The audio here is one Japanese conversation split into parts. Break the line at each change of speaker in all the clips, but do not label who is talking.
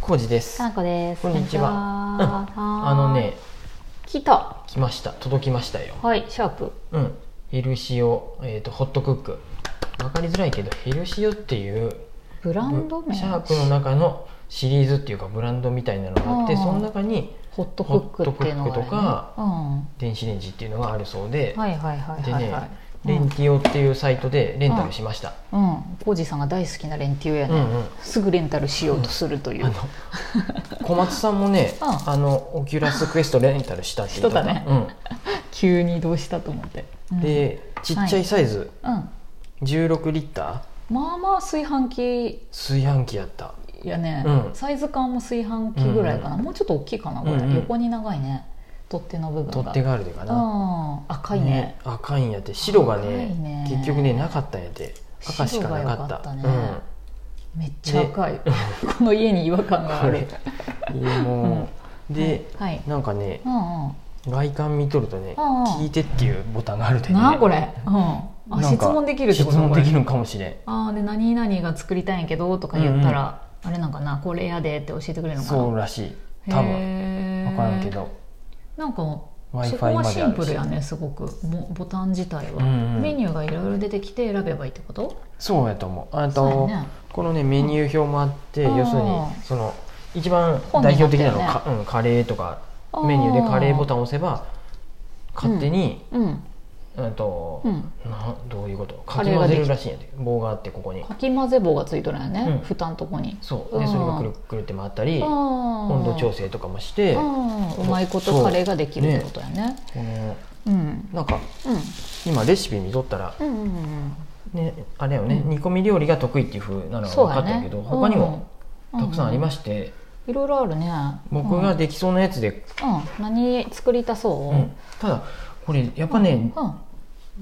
コジです。
かなこです。
こんにちは
こんにちは
あのね、、
来た。
来ました。届きましたよ。
はい、シャープ。
うん。ヘルシオ、えっ、と、ホットクック。わかりづらいけど、ヘルシオっていう、
ブランド名。
シャープの中のシリーズっていうか、ブランドみたいなのがあって、
あー
その中に
ホットクックっていうのが、ね。
ホットクックとか
うん。
電子レンジっていうのがあるそうで、
はいはいはい
で
はい、
ね
はい。
レンティオっていうサイトでレンタルしました。
うん、コージさんが大好きなレンティオや
う
ね、
んうん。
すぐレンタルしようとするという、
あの小松さんもね、
うん
あのオキュラスクエストレンタルしたって言ってた
人だね
うん、
急にどうしたと思って、うん、
でちっちゃいサイズ、
うん、
16リッター
まあまあ炊飯器
炊飯器やった
やね、
うん
サイズ感も炊飯器ぐらいかな、もうちょっと大きいかなこれ、
うんうん
横に長いね取っ手の部分が
取っ手があるでかな、
うん赤いね
あかんやって白がね
赤いね
結局ねなかったんやって赤しかなかった
白が良かめっちゃ赤いこの家に違和感がある
うん、でもうで、
はい
なんかね
うんうん
外観見とるとね「
うんうん
聞いて」っていうボタンがあるでね
なあこれ、うん、あ
なんか
質問できるってこと
質問でき
これ
るんかもしれん
あーで何々が作りたいんやけどとか言ったら、あれなんかなこれやでって教えてくれるのかな
そうらしい多分
分
分からんけど
なんか
Wi-Fi
そこはシンプルや
まで
ねすごくボボタン自体は、
うんうん
メニューがいろいろ出てきて選べばいいってこと
そうやと思うあ
そう
と
やね
このねメニュー表もあって、
うん
要するに
あー
その一番
本に
代
な
表
ってる
的
ね
なのは、かうん、カレーとか
あー
メニューでカレーボタンを押せば勝手に、
うん
うん、と、
うん
などういうこと
カ
か
レ
き
ーが
混
で
ぜ
き
るらしいんやで棒があってここに
かき混ぜ棒がついとるんやね、
うん
蓋のとこに
そうで
うん
それがくるくるって回ったり温
温
度調整とかもして
う
こ
んうまいことカレーができるってことやね
の
うん
なんか
うん
今レシピ見とったら、
うんうんうん
ね、あれよね、
うん
煮込み料理が得意っていうふうなのが
そ
分か
うや
ったんや
ね
けど、他にも
うん
たくさんありま
し
して。
たいろいろあるね
僕ができそうなやつで、
うん、うん何作りたそ
う
う、
んただこれやっぱね、
うん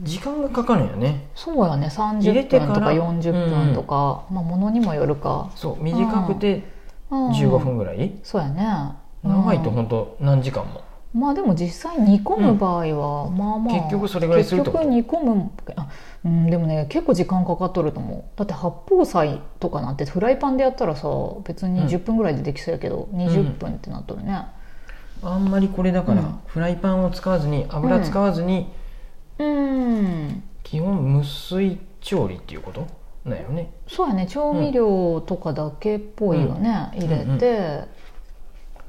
時間がかかるんよね
そうやね
入れ
30
て
分
から
とか40分とかまあものにもよるか、
そう短くて
うん
15分ぐらい、
そうやね
長いと
うん
本当何時間も、
まあでも実際煮込む場合は、まあまあ
結局それぐらいするってこと
結局煮込むあうんでもね結構時間かかっとると思うだって八宝菜とかなんてフライパンでやったらさ別に
うん
10分ぐらいでできそうやけど、20分ってなっとるね、
あんまりこれだから、
うん
フライパンを使わずに油使わずに、
うん
基本無水調理っていうことなんよね
そうやね調味料とかだけっぽいよね、入れて、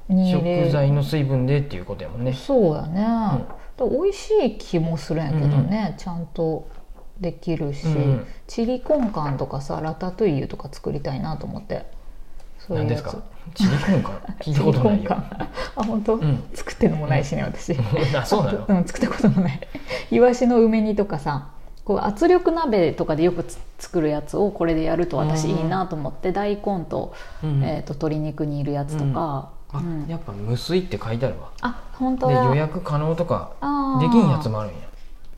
煮入れ
食材の水分でっていうことやもんね
そうやね、だから美味しい気もするんやけどね、ちゃんとできるし、
うんうん
チリコンカンとかさラタトゥイユとか作りたいなと思ってそうい
何
う
で
や
す
つ
かチリコン か聞い
チ
た
リ
こと
コ
な
ン
い
カ
よ
ンあ本当、
うん
作ってのもないしね私
あそうなの
ん作ったこともないイワシの梅煮とかさこう圧力鍋とかでよくつ作るやつをこれでやると私いいなと思って、大根と,、
うん
えー、と鶏肉煮るやつとか、
あ
うん
やっぱ無水って書いてあるわ
あ本当
で
や
予約可能とか
あー
できんやつもあるんや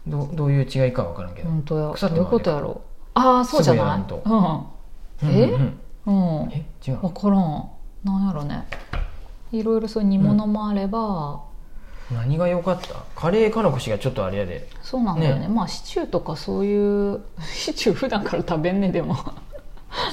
どうどういう違いか分からんけど、
本当や
腐って
どういう
もあれ
ことやろああそうじゃない
すぐや
うん、え、
うんうん
うん
え違う
分からんなんやろねいろいろそういう煮物もあれば、
何が良かったカレーかのこしがちょっとあれやで
そうなんだよね
ね
まあシチューとかそういう シチュー普段から食べんねでも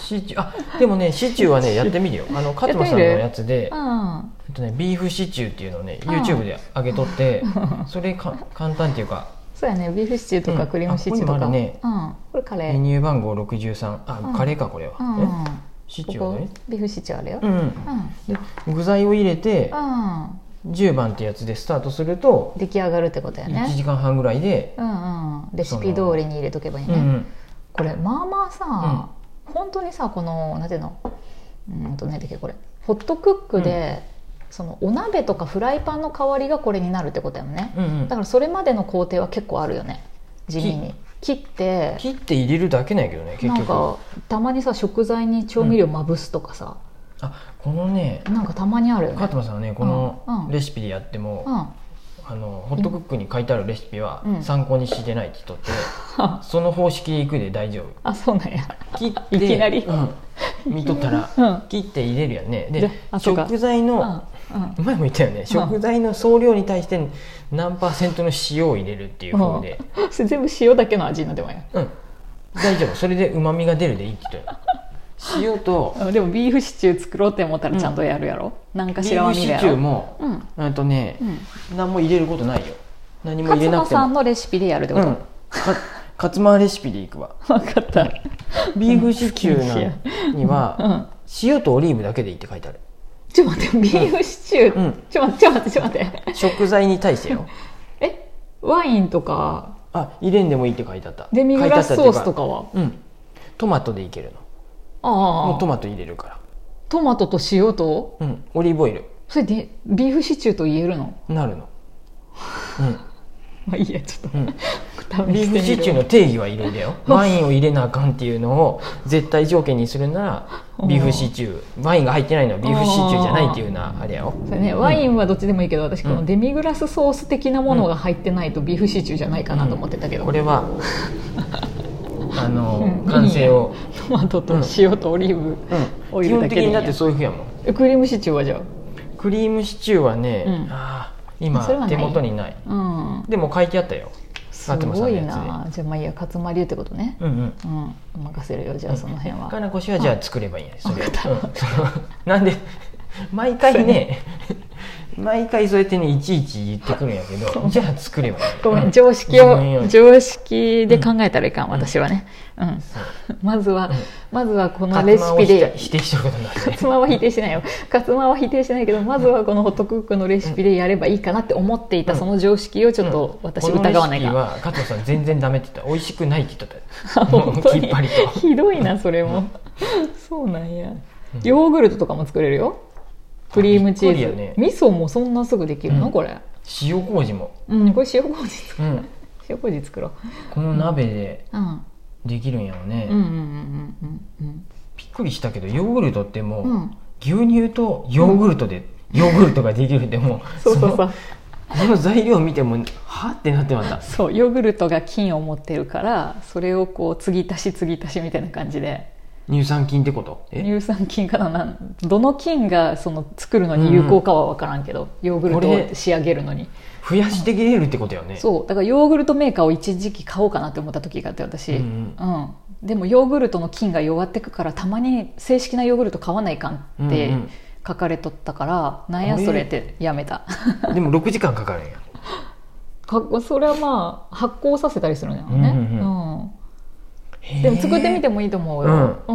シチューあでもねシチューはねやってみるよあの勝間さんのやつで
う、ん
えっとね、ビーフシチューっていうのをね
あー
YouTube で上げと ってそれか簡単っていうか
そうやねビーフシチューとか
うん
クリームシチューと
あここ
か、
に
うん
もあるね
これカレ
メ
ー
ニュー番号63あ、
うん
カレーかこれは、
うん
えシチューは
ここ
ね
ビーフシチューあるよ、
うん、で具材を入れて
うんうん
10番ってやつでスタートすると
出来上がるってことや
1
ね
時間半ぐらいで、
うんうんレシピ通りに入れとけばいいね、
うん
これまあまあさ、本当にさこのなんていうのうーんとねだっけこれホットクックで、そのお鍋とかフライパンの代わりがこれになるってことやもんね、
うんうん
だからそれまでの工程は結構あるよね地味に切って
切って入れるだけなんやけどね結
なん
局
かたまにさ食材に調味料まぶすとかさ、
あこのね
なんかたまにあるよね、
勝間さんはねこ
うんう
の
ん
レシピでやっても、
うん、
あのホットクックに書いてあるレシピは
うん
参考にしてないって人って、 その方式でいくで大丈夫
あそうなんや
切って
いきなり
うん見とったら、
うん
切って入れるやんね
じゃ
で
あそうか
食材
うんう
の、
ん
前も言ったよね食材の総量に対して何パーセントの塩を入れるっていうふうで、
それ全部塩だけの味になってもいいや
うん、大丈夫それでうまみが出るでいいって言ったよ塩と
うんでもビーフシチュー作ろうって思ったらちゃんとやるやろ、なんかしらは
ビー
見
フ
る
シチ
や
ュー
ろ
も
うん
うんとね
うん
何も入れることないよ何も入れ
勝
な
間
くて
さん
も
のレシピでやるってこ
う
と、
んかかつまレシピでいくわ
分かった、
ビーフシチューなに
う
は
ん、
塩とオリーブだけでいいって書いてある
ちょっと待ってビーフシチュー、
うん
ちょっと待ってちょっと待ってちょっと待って
食材に対してよ
えワインとか
あ入れんでもいいって書いてあった
デミグラスソースとかは
書いてあったっていうかうんトマトでいけるの
あ
も
あ
うトマト入れるか
トマトと塩と
らうんオリーブオイル
それでビーフシチューと言えるの
な るの
まあいいやちょっ
うんう ん
と
ビーフシチュー
ー
の定義は入れるんだ よワインを入れなあかんっていうのを絶対条件にするな らビーフシチューワインが入ってないのはビーフシチューじゃないっていうなあれやよ
それね、ワインはどっちでもいいけど私こ
う
の
ん
デミグラスソース的なものが入ってないとビーフシチューじゃないかなと思ってたけど、
これ はあの
うん
完成を
トマトと塩とオリーブ、
う
オ
ん
イ
基
ルだ
本
け
的
でいいん
に
や
だってそういうふうやもん
クリームシチューはじゃ
クリームシチューはね、
うん
あー
それ
今
はない
手元にない
あうん
でも書いてあったよ
すごいなじゃあまあいいや勝間流ってことね
うんうん
うん任せるよじゃあその辺は、
かなこしはじゃあ作ればいいんやそれを
わかった
うん そのなんで毎回ね毎回そうやってねいちいち言ってくるんやけ どじゃあ作ればいいや
ごめん常識を、
ごめんよ
常識で考えたらいかん、私はね、うん、まずは、まずはこのレシピ
勝間
で
を否定してることになるね
カツマは否定しないよカツマは否定しないけどまずはこのホットクックのレシピでやればいいかなって思っていた、
うん
その常識をちょっと 私疑わな
このレ
いか、
シピは加藤さん全然ダメって言った美味しくないって言ってた
ら
よもう
本 当
き
に
っぱりと
ひどいなそ れもそうなんやヨーグルトとかも作れるよクリームチー
びっ
ズ、
くりやね
味噌もそんなすぐできるの、
うん
これ
塩麹も
うんこれ塩麹作
うん
塩麹作ろう、
この鍋で
うん、
できるんやろね、
うんうんうんうん
びっくりしたけどヨーグルトってもう、
うんうん
牛乳とヨーグルトで、ヨーグルトができるってもう
そうそうそ
の
う
この材料見てもはってなってました
そうヨーグルトが菌を持ってるからそれをこう継ぎ足し継ぎ足しみたいな感じで
乳酸菌ってことえ
乳酸菌からなんどの菌がその作るのに有効かは分からんけど、ヨーグルト
こ
を
れ
仕上げるのに
増やしてきれるってことよね
そうだからヨーグルトメーカーを一時期買おうかなって思った時があって私、う
うん
でもヨーグルトの菌が弱ってくからたまに正式なヨーグルト買わないかんっ
うん
て
うん
書かれとったから、なんや
あれ
それってやめた
でも6時間かかるんや
かそれはまあ発酵させたりするのよね、
うんう
うん
へー
でも作ってみてもいいと思うよ。う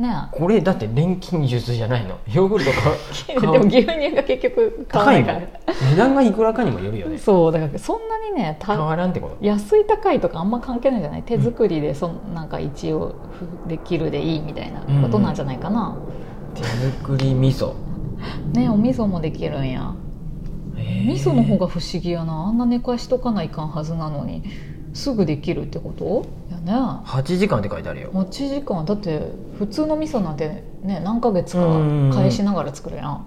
ん。ねえ。
これだって錬金術じゃないのヨーグルト
で
買う
も牛乳が結局買わ
高
ないい
も
か
ん
ら。
値段がいくらかにもよるよね
そうだからそんなにねた
変わらんってこと
安い高いとかあんま関係ないんじゃない手作りでそんなんか一応ふできるでいいみたいなことなんじゃないかな。
手作り味噌
ねお味噌もできるんや。味噌の方が不思議やな。あんな寝かしとかないかんはずなのにすぐできるってことやね。
8時間って書いてあるよ
待ち時間だって普通の味噌なんてね何ヶ月か
うん
返しながら作るやん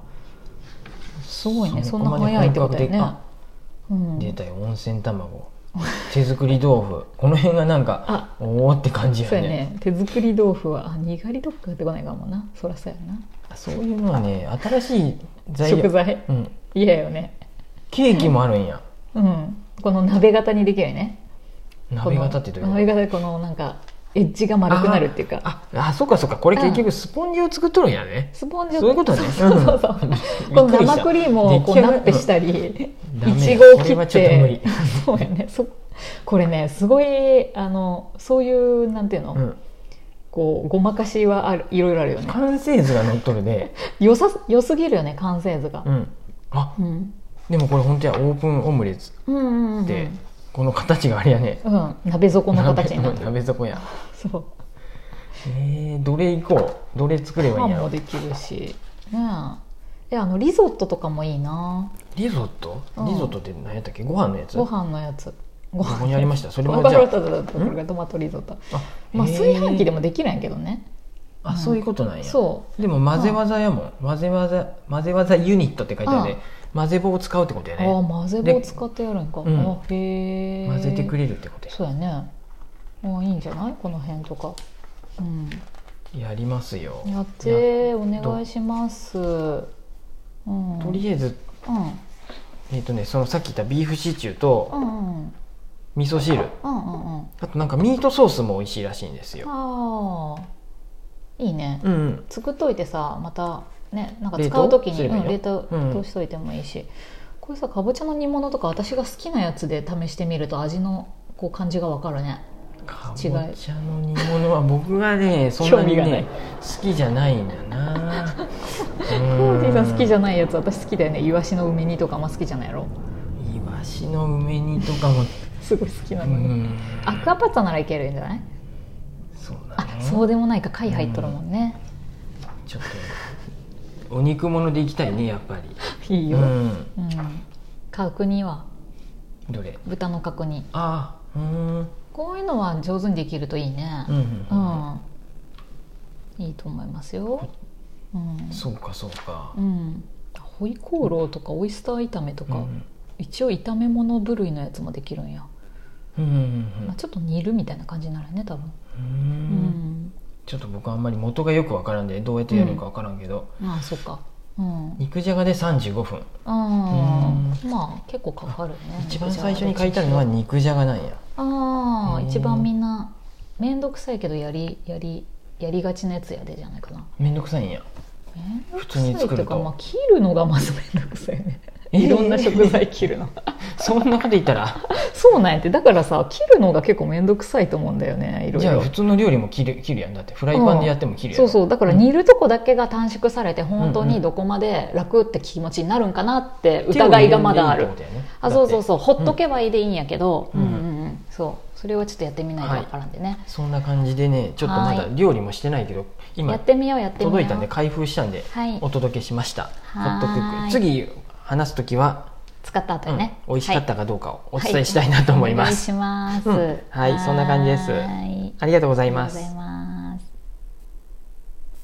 すごいねそ
そ
ん
こ
な
まで
早いってことだよね
本格
うん
出たよ温泉卵手作り豆腐この辺がなんか
あ
おおって感じや
そうや
ね
ね手作り豆腐はあにがり豆腐買ってこないかもなそらそうやな
そういうのはね新しい材料
食材
うん、
嫌よね
ケーキもあるんや
うんこの鍋型にできるよね
鍋型ってど
こ
ういう
の鍋型でこのなんかエッジが丸くなるっていうか
あああそうかそうかこれ
うん
結局スポンジを作っとるんやね、
スポンジを
そういうことね
そうそうそう
うん
この
びっくりした
生クリームをこう
出来上
ナ
が
ッペしたり
ダメ
いちごを切
これは
っ
ちょっと無理
て そうやねそこれねすごいあのそういうなんていうの、
うん、
こうごまかしはあるいろいろあるよね
完成図が乗っとるで、
よさ良すぎるよね完成図が
う、ん、あ
うん、
でもこれ本当やオープンオムレツ
うんうんうん
で、この形があれやね
うん、鍋底の形になっ
鍋
てる
鍋底や
そう
えー、どれいこうどれ作ればいい
パ
ん
ン
や
も
ろ
できるしねえいやあのリゾットとかもいいな
リゾット
うん
リゾットって何やったっけご飯のやつ
ご飯のやつご
ここにありましたそれは
ト
じゃあ
これがトマトリゾット
あ
まあ
へー
炊飯器でもできるんやけどね
あそういうことなんや
そ
でも混ぜ技やもん混ぜ技混ぜ技ユニットって書いてある
うん
ね混ぜ棒を使うってことや
う、ああ
ね
混ぜ棒使ってやるんか、
うん
あへえ
混ぜてくれるってこと
そうやねああいいんじゃないこの辺とかうん
ややりますよ
やってお願いしますうん
とりあえず
うん
えっとねそのさっき言ったビーフシチュー
う
と
んうん
味噌汁
うんうんうん
あとなんかミートソースも美味しいらしいんですよ
ああいいね、
うんうん
作っといてさまたねなんか
冷
使
凍
う時
す
に
ればいい
うん
の
冷凍
うん
通しといてもいいし、こういうさかぼちゃの煮物とか私が好きなやつで試してみると味のこう感じが分かるね
かぼ
違
ち
い
ゃの煮物は僕がね そんなに
興味がない
ね好きじゃないんだよ な
コーディさん好きじゃ
ゃ
ないやつ私好きだよねイワシの梅煮とかあんま好きじゃないやろ
イワシの梅煮とか も
すごい好きな
う
のに、
ん
アクアパッツァならいけるんじゃない
そうだね
あそうでもないか貝入っとるもんね、
ちょっとお肉物でいきたいねやっぱり
いいうよ、うん
ん
角煮は
どれ
豚の角煮
ああうーん
こういうのは上手にできるといいね
うんうん
う
うん
ん、いいと思いますよ、うん
そうかそうか
うん、ホイコーローとかオイスター炒めと
う
か、
ん
一応炒め物部類のやつもできるんや、
うん
まあ、ちょっと煮るみたいな感じになるね多分
うんう
うんん、
ちょっと僕あんまり元がよくわからんでどうやってやるかわからんけど
まあそっかうん
肉じゃがで35分
あ
う
ーまあ結構かかるね
一番最初に書いたのは肉じゃがなんや
ああ
うん
一番みんな面倒くさいけどやりやりやりがちなやつやでじゃないかな
めんどくさいんや
面倒
普
く
通
さい
に
って
作
い
る
うか、
と
まあ、切るのがまず面倒くさいねいろんな食材切るの
そんなこと言ったら
そうなんやってだからさ切るのが結構面倒くさいと思うんだよねいろい
じゃあ
ろ
普通の料理も切る切るやんだってフライパンでやっても切るやん
そうそうだから
うん
煮るとこだけが短縮されて本当
うんう
に
ん
どこまで楽って気持ちになるんかなって疑いがまだある
手を入れんでいいってことやね
あそうそうそう
だ
ほ
って
っとけばいいでいいんやけど、う
うんん
うんうん、そうそれはちょっとやってみないとわからんでね、
そんな感じでねちょっとまだ
は
料理もしてないけど
や
今
ってみようやってみよう
届いたんで開封したんで
はい
お届けしましたホ
はー
ッ
い
トクック次話す時は
使った後
うん
にね、
美味しかった
はい
かどうかをお伝えしたいなと思います
はいお願いします、
うんはいそんな感じです
はーい
ありがとうござ
あ
います
ます